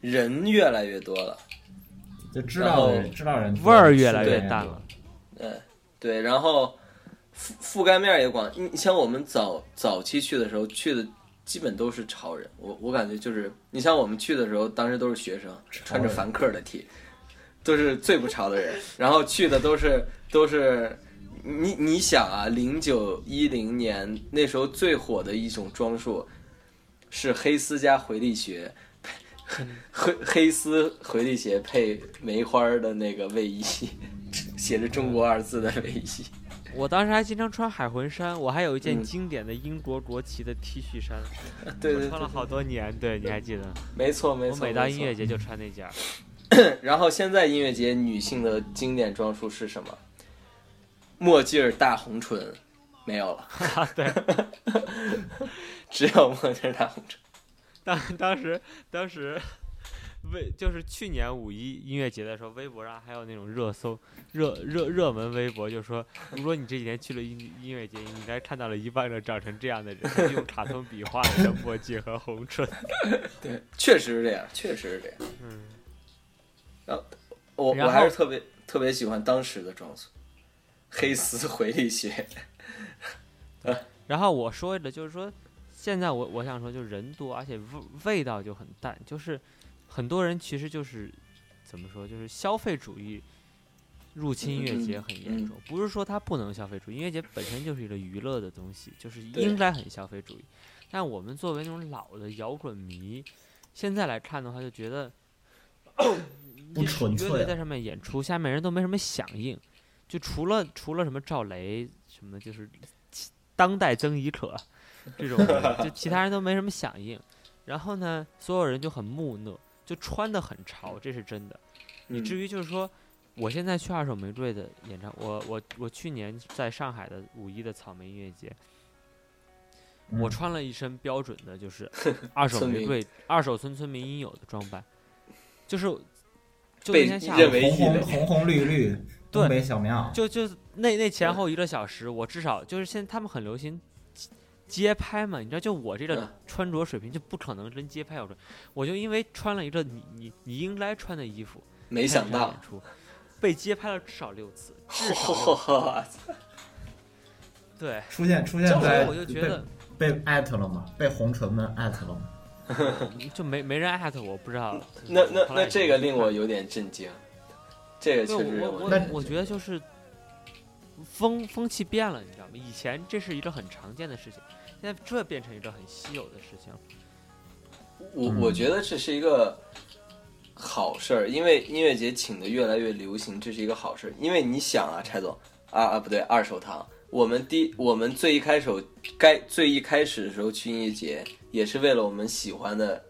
Speaker 3: 人越来越多了。
Speaker 2: 就知道的
Speaker 3: 然后
Speaker 2: 人知道人多
Speaker 1: 味儿越来越
Speaker 2: 对
Speaker 1: 淡了。
Speaker 3: 嗯，对，然后覆覆盖面儿也广。你你像我们早早期去的时候，去的基本都是潮人。我我感觉就是，你像我们去的时候，当时都是学生，穿着
Speaker 2: 人
Speaker 3: 凡客的 T，都是最不潮的人。然后去的都是都是，你你想啊，零九一零年那时候最火的一种装束是黑丝加回力鞋。 黑黑丝回力鞋配梅花儿的那个卫衣，写着“中国”二字的 卫衣。
Speaker 1: 我当时还经常穿海魂衫，我还有一件
Speaker 3: 嗯
Speaker 1: 经典的英国国旗的 T 恤衫，
Speaker 3: 对
Speaker 1: 我
Speaker 3: 对
Speaker 1: 穿
Speaker 3: 对
Speaker 1: 了，好多年，对你还记得？
Speaker 3: 没错没
Speaker 1: 我
Speaker 3: 错。
Speaker 1: 每到
Speaker 3: 没
Speaker 1: 音
Speaker 3: 错
Speaker 1: 乐节就穿那件儿。
Speaker 3: 然后现在音乐节女性的经典装束是什么？墨镜儿、大红唇，没有 了。
Speaker 1: 对，
Speaker 3: 只有墨镜儿、大红唇。
Speaker 1: 当 当时当时微就是去年五一音乐节的时候，微博上还有那种热搜热热热门微博，就说如果你这几天去了音音乐节，你应该看到了一万个长成这样的人，用卡通笔画的墨镜和红唇。
Speaker 3: 对，确实是这样，确实是这样。
Speaker 1: 嗯，
Speaker 3: 我
Speaker 1: 然
Speaker 3: 我
Speaker 1: 后
Speaker 3: 还是特别特别喜欢当时的装束，黑丝回力 学，
Speaker 1: 然后我说的就是说，现在我我想说，就是人多，而且味味道就很淡，就是很多人其实就是怎么说，就是消费主义入侵音乐节很严重。不是说它不能消费主义，音乐节本身就是一个娱乐的东西，就是
Speaker 3: 对
Speaker 1: 应该很消费主义。但我们作为那种老的摇滚迷，现在来看的话，就觉得
Speaker 2: 不
Speaker 1: 就是
Speaker 2: 纯
Speaker 1: 乐
Speaker 2: 粹
Speaker 1: 队
Speaker 2: 啊
Speaker 1: 在上面演出，下面人都没什么响应，就除了除了什么赵雷什么的，就是当代曾轶可这种人，就其他人都没什么响应。然后呢，所有人就很木讷，就穿的很潮，这是真的。
Speaker 3: 你
Speaker 1: 至于就是说，我现在去二手玫瑰的演唱，我我我去年在上海的五一的草莓音乐节，我
Speaker 2: 嗯
Speaker 1: 穿了一身标准的，就是 二手
Speaker 3: 村
Speaker 1: 玫
Speaker 3: 民
Speaker 1: 瑰、二手村村民应有的装扮，就是就那
Speaker 3: 被
Speaker 1: 天下
Speaker 3: 认
Speaker 1: 午
Speaker 3: 为
Speaker 2: 啊红
Speaker 3: 异类
Speaker 2: 红红红绿绿，
Speaker 1: 对
Speaker 2: 东北小庙，
Speaker 1: 就就那那前
Speaker 3: 嗯
Speaker 1: 后一个小时，我至少就是现在他们很流行街街拍嘛，你知道，就我这
Speaker 3: 嗯
Speaker 1: 个穿着水平就不可能跟街拍有关，我就因为穿了一个你你你应该穿的衣服，
Speaker 3: 没想
Speaker 1: 看上
Speaker 3: 到
Speaker 1: 演，出，被街拍了至少六次，至少 六次
Speaker 3: 哇
Speaker 1: 对，
Speaker 2: 出现 出现
Speaker 1: 所
Speaker 2: 在
Speaker 1: 以我就觉得
Speaker 2: 被被艾特了吗？被红唇们艾特了吗？
Speaker 1: 就没没人艾特我，不知道。就是
Speaker 3: 那那
Speaker 1: 后来
Speaker 3: 那
Speaker 1: 也
Speaker 3: 这
Speaker 1: 没
Speaker 3: 个
Speaker 1: 去
Speaker 3: 令
Speaker 1: 看
Speaker 3: 我有点震惊，这个
Speaker 1: 对
Speaker 3: 确实
Speaker 1: 我
Speaker 3: 让
Speaker 1: 我
Speaker 3: 有
Speaker 2: 那
Speaker 1: 我
Speaker 3: 点
Speaker 1: 我
Speaker 3: 震
Speaker 1: 觉得就是风风气变了，你知道吗？以前这是一个很常见的事情，现在这变成一个很稀有的事情了。
Speaker 3: 惊我
Speaker 2: 嗯
Speaker 3: 我觉得这是一个好事儿，因为音乐节请的越来越流行，这是一个好事儿。因为你想啊，柴总啊啊不对，二手堂，我们第我们最一开始该最一开始的时候去音乐节，也是为了我们喜欢的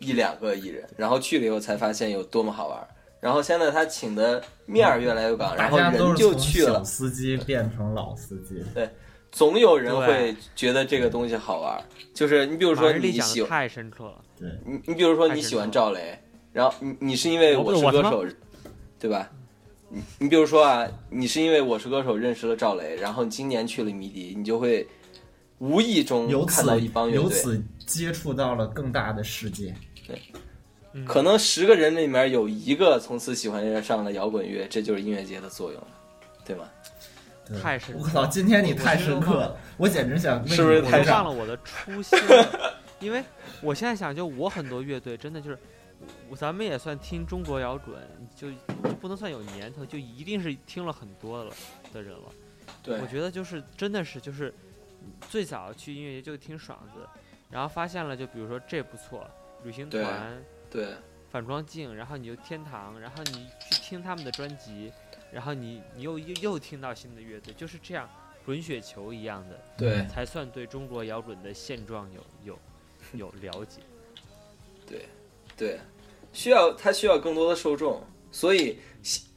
Speaker 3: 一两个艺人，然后去了以后才发现有多么好玩儿。然后现在他请的面儿越来越广，然后
Speaker 2: 嗯大家都
Speaker 3: 人
Speaker 2: 是
Speaker 3: 就
Speaker 2: 从
Speaker 3: 去了
Speaker 2: 小，司机变成老司机，
Speaker 3: 总有人
Speaker 1: 对
Speaker 3: 会觉得这个东西好玩儿。就是你比如
Speaker 1: 马
Speaker 3: 说
Speaker 1: 日丽
Speaker 3: 你
Speaker 1: 讲
Speaker 3: 喜
Speaker 1: 的
Speaker 3: 欢
Speaker 1: 太深刻了，
Speaker 3: 你，你比如说你喜欢赵雷，然后你你是因为
Speaker 1: 我不
Speaker 3: 我是
Speaker 1: 我
Speaker 3: 歌
Speaker 1: 他妈
Speaker 3: 手，对吧？你你比如说啊，你是因为我是歌手认识了赵雷，然后你今年去了迷笛，你就会无意中
Speaker 2: 由
Speaker 3: 嗯看
Speaker 2: 此
Speaker 3: 到一帮乐
Speaker 2: 由
Speaker 3: 队，
Speaker 2: 此接触到了更大的世界。
Speaker 1: 嗯
Speaker 3: 可能十个人里面有一个从此喜欢上了摇滚乐，这就是音乐节的作用了，对吗？
Speaker 2: 对
Speaker 1: 太深刻
Speaker 2: 我
Speaker 1: 了。
Speaker 2: 靠，今天你太深刻了，我简直想为你
Speaker 3: 是不是
Speaker 2: 鼓
Speaker 3: 太
Speaker 1: 太
Speaker 3: 深
Speaker 1: 忘
Speaker 2: 掌
Speaker 1: 了我的初心了，因为我现在想，就我很多乐队真的就是，我咱们也算听中国摇滚，就就不能算有年头，就一定是听了很多了的人了。
Speaker 3: 对
Speaker 1: 我觉得就是真的是就是，最早去音乐节就听爽子，然后发现了就比如说这不错，旅行
Speaker 3: 对
Speaker 1: 团、
Speaker 3: 对，
Speaker 1: 反光镜，然后你就天堂，然后你去听他们的专辑，然后你你又又又听到新的乐队，就是这样滚雪球一样的。
Speaker 3: 对
Speaker 1: 才算对中国摇滚的现状有有有了解。
Speaker 3: 对，需要他需要更多的受众，所以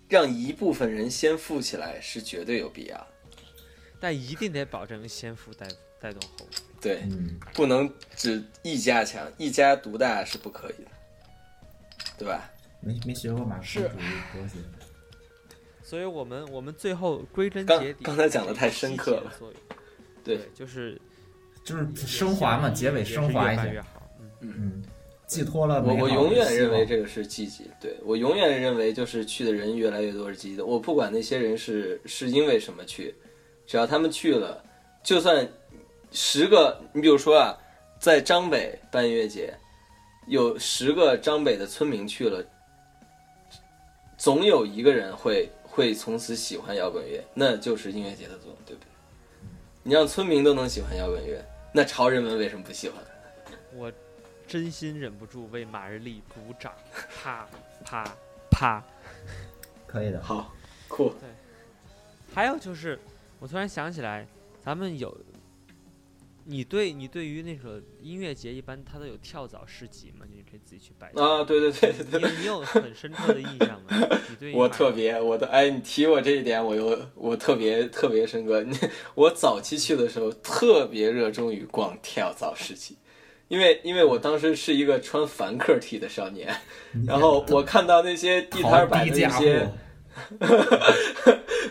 Speaker 3: 让一部分人先富起来是绝对有必要的。
Speaker 1: 但一定得保证先富带带动后富。
Speaker 3: 对，
Speaker 2: 嗯，
Speaker 3: 不能只一家强，一家独大是不可以的，对吧？
Speaker 2: 没没学过马克思主义哲学，
Speaker 1: 所以我们我们最后归根
Speaker 3: 刚
Speaker 1: 结底，
Speaker 3: 刚才讲得太深刻了。
Speaker 1: 作用
Speaker 3: 对
Speaker 1: 对，就是
Speaker 2: 就是升华嘛，结尾升华一
Speaker 1: 也是越办
Speaker 2: 下
Speaker 1: 越。好。嗯，
Speaker 2: 嗯，寄托了
Speaker 3: 我
Speaker 2: 美好
Speaker 3: 我
Speaker 2: 的
Speaker 3: 永远
Speaker 2: 希
Speaker 3: 认为
Speaker 2: 望
Speaker 3: 这个是积极，对我永远认为就是去的人越来越多是积极的。我不管那些人是是因为什么去，只要他们去了，就算十个，你比如说啊，在张北办音乐节，有十个张北的村民去了，总有一个人会会从此喜欢摇滚乐，那就是音乐节的作用，对不对？你让村民都能喜欢摇滚乐，那潮人们为什么不喜欢？
Speaker 1: 我真心忍不住为马日丽鼓掌，啪啪啪。
Speaker 2: 可以的。
Speaker 3: 好，酷，
Speaker 1: 还有就是，我突然想起来，咱们有。你对你对于那个音乐节，一般它都有跳蚤市集嘛，你可以自己去摆摊
Speaker 3: 啊，对对对对对。
Speaker 1: 你你有很深刻的印象吗？ 你对
Speaker 3: 我
Speaker 1: 马
Speaker 3: 特别，我的哎，你提我这一点，我又我特别特别深刻。我早期去的时候，特别热衷于逛跳蚤市集，因为因为我当时是一个穿凡客 T 的少年，然后我看到那些地摊儿
Speaker 2: 好
Speaker 3: 摆
Speaker 2: 低
Speaker 3: 的那
Speaker 2: 价
Speaker 3: 些
Speaker 2: 货，，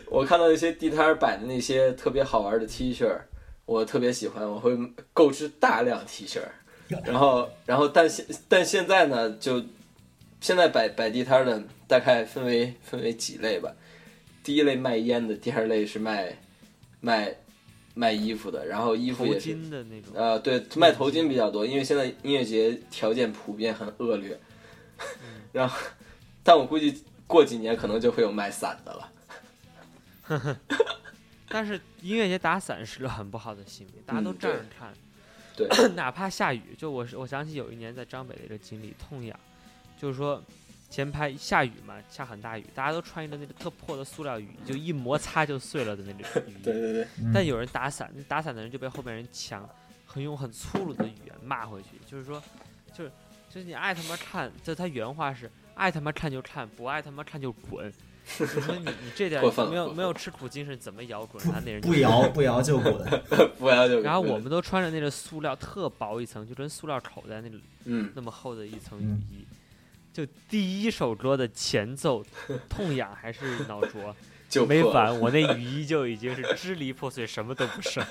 Speaker 3: 我看到那些地摊儿摆的那些特别好玩的 T 恤儿，我特别喜欢，我会购置大量 T 恤儿。然后，然后，但现但现在呢，就现在摆摆地摊儿的大概分为分为几类吧。第一类卖烟的，第二类是卖卖卖衣服的，然后衣服
Speaker 1: 头
Speaker 3: 也是
Speaker 1: 巾的那种。
Speaker 3: 呃，对，卖头巾比较多，因为现在音乐节条件普遍很恶劣。
Speaker 1: 嗯
Speaker 3: 然后，但我估计过几年可能就会有卖伞的了。
Speaker 1: 但是音乐节打伞是个很不好的行为，大家都
Speaker 3: 嗯
Speaker 1: 站
Speaker 3: 对
Speaker 1: 着看，
Speaker 3: 对
Speaker 1: 哪怕下雨，就我是我想起有一年在张北的一个经历，痛痒，就是说前排下雨嘛，下很大雨，大家都穿着那个特破的塑料雨衣，就一摩擦就碎了的那种雨衣。
Speaker 3: 对对，
Speaker 2: 嗯
Speaker 1: 但有人打伞，打伞的人就被后面人抢，很用很粗鲁的语言骂回去，就是说，就是就是你爱他妈看，就他原话是爱他妈看就看，不爱他妈看就 滚。就说你你这点
Speaker 3: 过分了
Speaker 1: 没有
Speaker 3: 过分
Speaker 1: 没有吃苦精神，怎么摇滚？咱那人就
Speaker 2: 不摇不摇就滚，
Speaker 3: 不要就
Speaker 1: 然后我们都穿着那个塑料特薄一层，就跟塑料口袋那里
Speaker 3: 嗯，
Speaker 1: 那么厚的一层
Speaker 2: 嗯
Speaker 1: 雨衣。就第一首歌的前奏，痛痒还是脑浊
Speaker 3: 就
Speaker 1: 没
Speaker 3: 破了
Speaker 1: 完，我那雨衣就已经是支离破碎，什么都不 剩，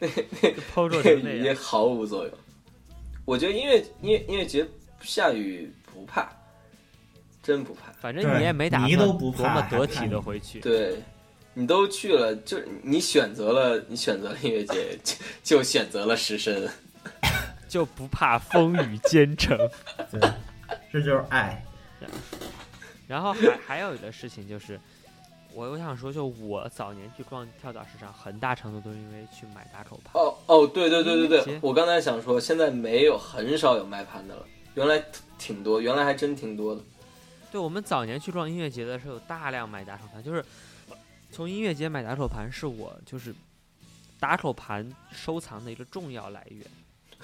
Speaker 1: 就抛
Speaker 3: 这
Speaker 1: 皱
Speaker 3: 个
Speaker 1: 成那
Speaker 3: 语音
Speaker 1: 样。
Speaker 3: 毫无作用。我觉得音乐音乐音乐节下雨不怕，真不怕。
Speaker 1: 反正你也没打
Speaker 2: 泥
Speaker 1: 算
Speaker 2: 都不
Speaker 1: 多
Speaker 2: 怕
Speaker 1: 么
Speaker 2: 还
Speaker 1: 得
Speaker 2: 怕
Speaker 1: 体的
Speaker 2: 你
Speaker 1: 回去，
Speaker 3: 对，你都去了，就是你选择了，你选择了音乐节，就就选择了石身。
Speaker 1: 就不怕风雨兼程。
Speaker 2: 对，这就是爱。
Speaker 1: 然后还还有一个事情就是，我我想说，就我早年去逛跳蚤市场，很大程度都是因为去买打口盘。
Speaker 3: 哦哦，对对对对
Speaker 1: 音乐
Speaker 3: 对
Speaker 1: 节，
Speaker 3: 我刚才想说，现在没有很少有卖盘的了，原来挺多，原来还真挺多的。
Speaker 1: 嗯对我们早年去逛音乐节的时候，有大量买打手盘，就是从音乐节买打手盘是我就是打手盘收藏的一个重要来源。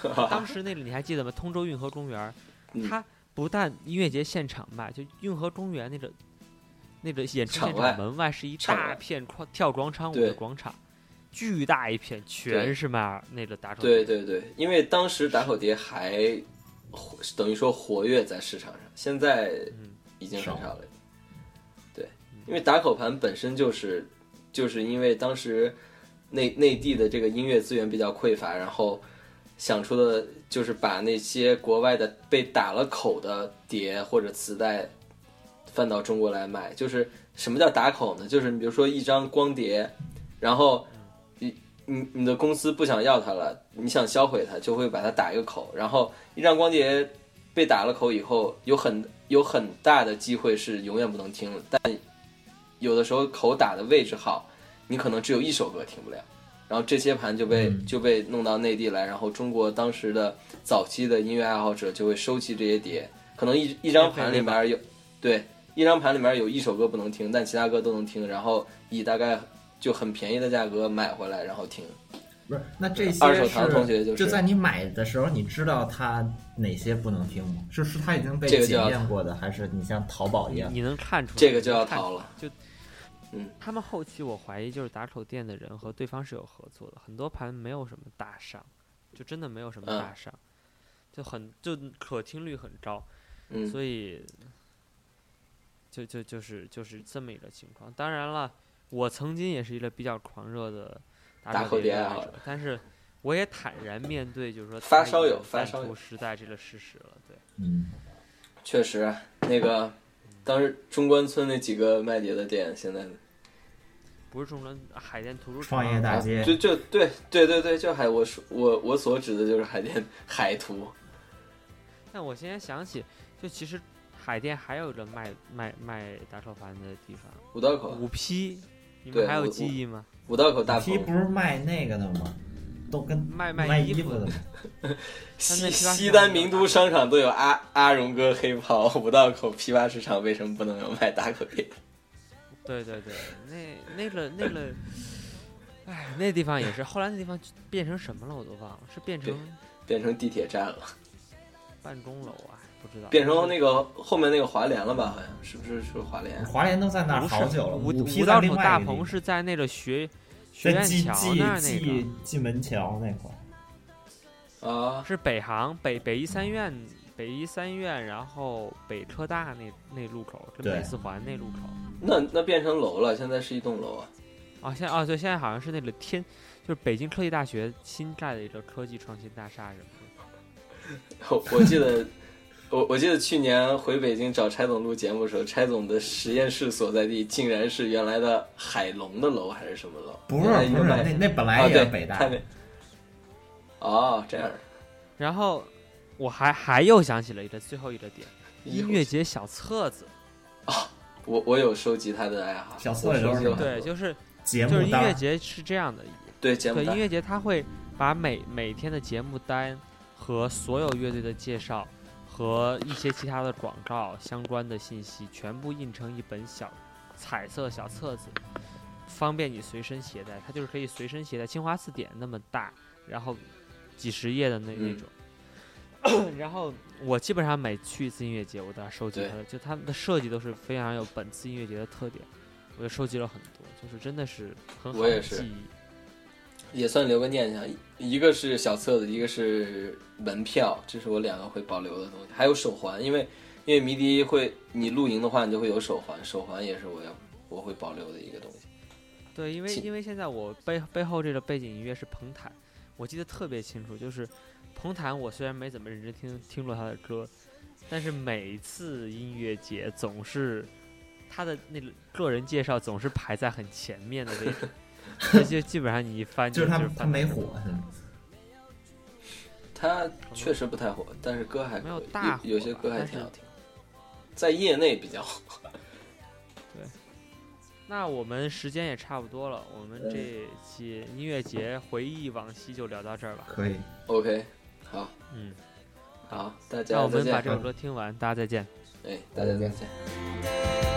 Speaker 1: 当时那个你还记得吗？通州运河公园儿，
Speaker 3: 嗯
Speaker 1: 它不但音乐节现场卖，就运河公园那个那个演出
Speaker 3: 场
Speaker 1: 现
Speaker 3: 外
Speaker 1: 场门外是一
Speaker 3: 场
Speaker 1: 大
Speaker 3: 外
Speaker 1: 片广跳广场舞
Speaker 3: 对
Speaker 1: 的广场，巨大一片，全
Speaker 3: 对
Speaker 1: 是卖那个打手
Speaker 3: 对
Speaker 1: 碟。
Speaker 3: 对对，因为当时打口碟还活等于说活跃在市场上，现在
Speaker 1: 嗯，
Speaker 3: 已经很
Speaker 2: 少
Speaker 3: 少了。对，因为打口盘本身就是就是因为当时内内地的这个音乐资源比较匮乏，然后想出的就是把那些国外的被打了口的碟或者磁带放到中国来卖。就是什么叫打口呢？就是你比如说一张光碟，然后你你你的公司不想要它了，你想销毁它，就会把它打一个口，然后一张光碟。被打了口以后，有很有很大的机会是永远不能听了。但有的时候口打的位置好，你可能只有一首歌听不了。然后这些盘就被、
Speaker 2: 嗯
Speaker 3: 就被弄到内地来，然后中国当时的早期的音乐爱好者就会收集这些碟，可能一一张盘里面有，对，一张盘里面有一首歌不能听，但其他歌都能听，然后以大概就很便宜的价格买回来，然后听。
Speaker 2: 不是，那这些
Speaker 3: 二手堂同
Speaker 2: 是
Speaker 3: 学就是
Speaker 2: 在你买的时候，你知道它哪些不能听吗？是是它已经被
Speaker 3: 这个就嗯
Speaker 2: 检
Speaker 3: 要
Speaker 2: 验过的，还是你像淘宝一
Speaker 1: 你
Speaker 2: 样？
Speaker 1: 你能看出来
Speaker 3: 这个就要
Speaker 1: 你能看
Speaker 3: 逃
Speaker 1: 出
Speaker 3: 了
Speaker 1: 就，
Speaker 3: 嗯，
Speaker 1: 他们后期我怀疑就是打口店的人和对方是有合作的，很多盘没有什么大上，就真的没有什么
Speaker 3: 嗯
Speaker 1: 大上，就很就可听率很高，
Speaker 3: 嗯，
Speaker 1: 所以就就就是就是这么一个情况。当然了，我曾经也是一个比较狂热的
Speaker 3: 打
Speaker 1: 口
Speaker 3: 口碟
Speaker 1: 爱
Speaker 3: 爱
Speaker 1: 好
Speaker 3: 好
Speaker 1: 者，但是我也坦然面对，就是说它
Speaker 3: 发
Speaker 1: 已
Speaker 3: 烧
Speaker 1: 经
Speaker 3: 友发
Speaker 1: 淡
Speaker 3: 烧
Speaker 1: 出
Speaker 3: 友
Speaker 1: 时代这个事实了，对。
Speaker 2: 嗯，
Speaker 3: 确实啊，那个当时中关村那几个卖碟的店，现在
Speaker 1: 不是中关海淀图书
Speaker 2: 创业
Speaker 1: 场
Speaker 2: 大街
Speaker 3: 就就对对对对，就海我说我我所指的就是海淀海图，
Speaker 1: 但我现在想起，就其实海淀还有一个卖卖卖打手盘的地方，
Speaker 3: 五道
Speaker 2: 哦
Speaker 3: 口
Speaker 1: 五批，你
Speaker 3: 对
Speaker 1: 们还有
Speaker 3: 我
Speaker 1: 记
Speaker 3: 我
Speaker 1: 忆吗？
Speaker 3: 五道口大
Speaker 2: 皮
Speaker 3: 棚
Speaker 2: 不是卖那个的吗？都跟
Speaker 1: 卖
Speaker 2: 卖
Speaker 1: 衣
Speaker 2: 服
Speaker 1: 的
Speaker 2: 的吗？
Speaker 1: 但那批
Speaker 3: 西
Speaker 1: 发市
Speaker 3: 西
Speaker 1: 场
Speaker 3: 单
Speaker 1: 没有
Speaker 3: 名
Speaker 1: 打
Speaker 3: 都商场都有阿阿荣哥黑袍，五道口批发市场为什么不能有卖打口店？
Speaker 1: 对对对，那那个那个，哎，那地方也是，后来那地方变成什么了我都忘了，是变
Speaker 3: 对
Speaker 1: 成
Speaker 3: 变成地铁站了，
Speaker 1: 办公楼啊，不知道
Speaker 3: 变成
Speaker 1: 个
Speaker 3: 那个后面那个华联了吧？好像是不是是华联？
Speaker 2: 华联都在那儿
Speaker 1: 不是
Speaker 2: 好久了，
Speaker 1: 五
Speaker 2: 五批
Speaker 1: 五
Speaker 2: 在
Speaker 1: 道
Speaker 2: 另
Speaker 1: 口
Speaker 2: 外
Speaker 1: 大
Speaker 2: 一个地
Speaker 1: 棚是在那个学学
Speaker 2: 在
Speaker 1: 院
Speaker 2: 蓟
Speaker 1: 桥那儿
Speaker 2: 蓟
Speaker 1: 那个
Speaker 2: 蓟。蓟门桥那块儿，
Speaker 3: 啊，
Speaker 1: 是北航北北医三院，北医三院，然后北科大那那路口跟
Speaker 2: 对
Speaker 1: 北四环那路口。
Speaker 3: 那那变成楼了，现在是一栋楼啊。
Speaker 1: 啊，现在啊，对，现在好像是那个天，就是北京科技大学新盖的一个科技创新大厦什么的。
Speaker 3: 我我记得我我记得去年回北京找柴总录节目的时候，柴总的实验室所在地竟然是原来的海龙的楼还是什么楼？
Speaker 2: 不是
Speaker 3: 原来一
Speaker 2: 不
Speaker 3: 个
Speaker 2: 是，
Speaker 3: 卖
Speaker 2: 那那本来
Speaker 3: 啊，
Speaker 2: 也
Speaker 3: 对，
Speaker 2: 是北大
Speaker 3: 太，美哦，这样，
Speaker 1: 然后我还还又想起了一个最后一个点，音乐节小册子，
Speaker 3: 我我有收集他的爱好，
Speaker 2: 小四
Speaker 3: 我
Speaker 2: 的时候
Speaker 3: 收集了
Speaker 2: 是吧
Speaker 3: 很
Speaker 1: 对，
Speaker 3: 多
Speaker 1: 就是
Speaker 2: 节
Speaker 1: 就是
Speaker 2: 目
Speaker 1: 音
Speaker 2: 单
Speaker 1: 乐
Speaker 2: 儿
Speaker 1: 节是这样的，
Speaker 3: 对节目
Speaker 1: 对音
Speaker 3: 单，
Speaker 1: 乐节它会把每每天的节目单和所有乐队的介绍和一些其他的广告相关的信息全部印成一本小彩色小册子，方便你随身携带。它就是可以随身携带，《清华字典》那么大，然后几十页的那那
Speaker 3: 嗯
Speaker 1: 种。 然后我基本上每去一次音乐节，我都要收集
Speaker 3: 对
Speaker 1: 它的，就它们的设计都是非常有本次音乐节的特点，我就收集了很多，就是真的是很好
Speaker 3: 我也
Speaker 1: 的
Speaker 3: 是
Speaker 1: 记忆。
Speaker 3: 也算留个念想。一个是小册子，一个是门票，这是我两个会保留的东西，还有手环，因为因为迷笛会，你露营的话，你就会有手环，手环也是我要我会保留的一个东西。
Speaker 1: 对，因为
Speaker 3: 其
Speaker 1: 因为现在我背背后这个背景音乐是彭坦，我记得特别清楚，就是彭坦，我虽然没怎么认真听听过他的歌，但是每一次音乐节总是他的那个个人介绍总是排在很前面的位置，这就基本上你一翻
Speaker 2: 就是他
Speaker 1: 是
Speaker 2: 他
Speaker 1: 翻
Speaker 2: 没火，
Speaker 3: 他确实不太火，但是歌还可
Speaker 1: 没有
Speaker 3: 以，
Speaker 1: 大火
Speaker 3: 有有些
Speaker 1: 吧
Speaker 3: 歌还
Speaker 1: 但
Speaker 3: 挺
Speaker 1: 是
Speaker 3: 好听，在业内比较火。
Speaker 1: 那我们时间也差不多了，我们
Speaker 3: 嗯
Speaker 1: 这期音乐节回忆往昔就聊到这儿吧。
Speaker 2: 可以，
Speaker 3: OK，好，
Speaker 1: 嗯，
Speaker 3: 好，大
Speaker 1: 那
Speaker 3: 家
Speaker 1: 我
Speaker 3: 再
Speaker 1: 们把
Speaker 3: 见，
Speaker 1: 这首歌听完，大家再见。
Speaker 3: 哎，大家再见。
Speaker 4: Thank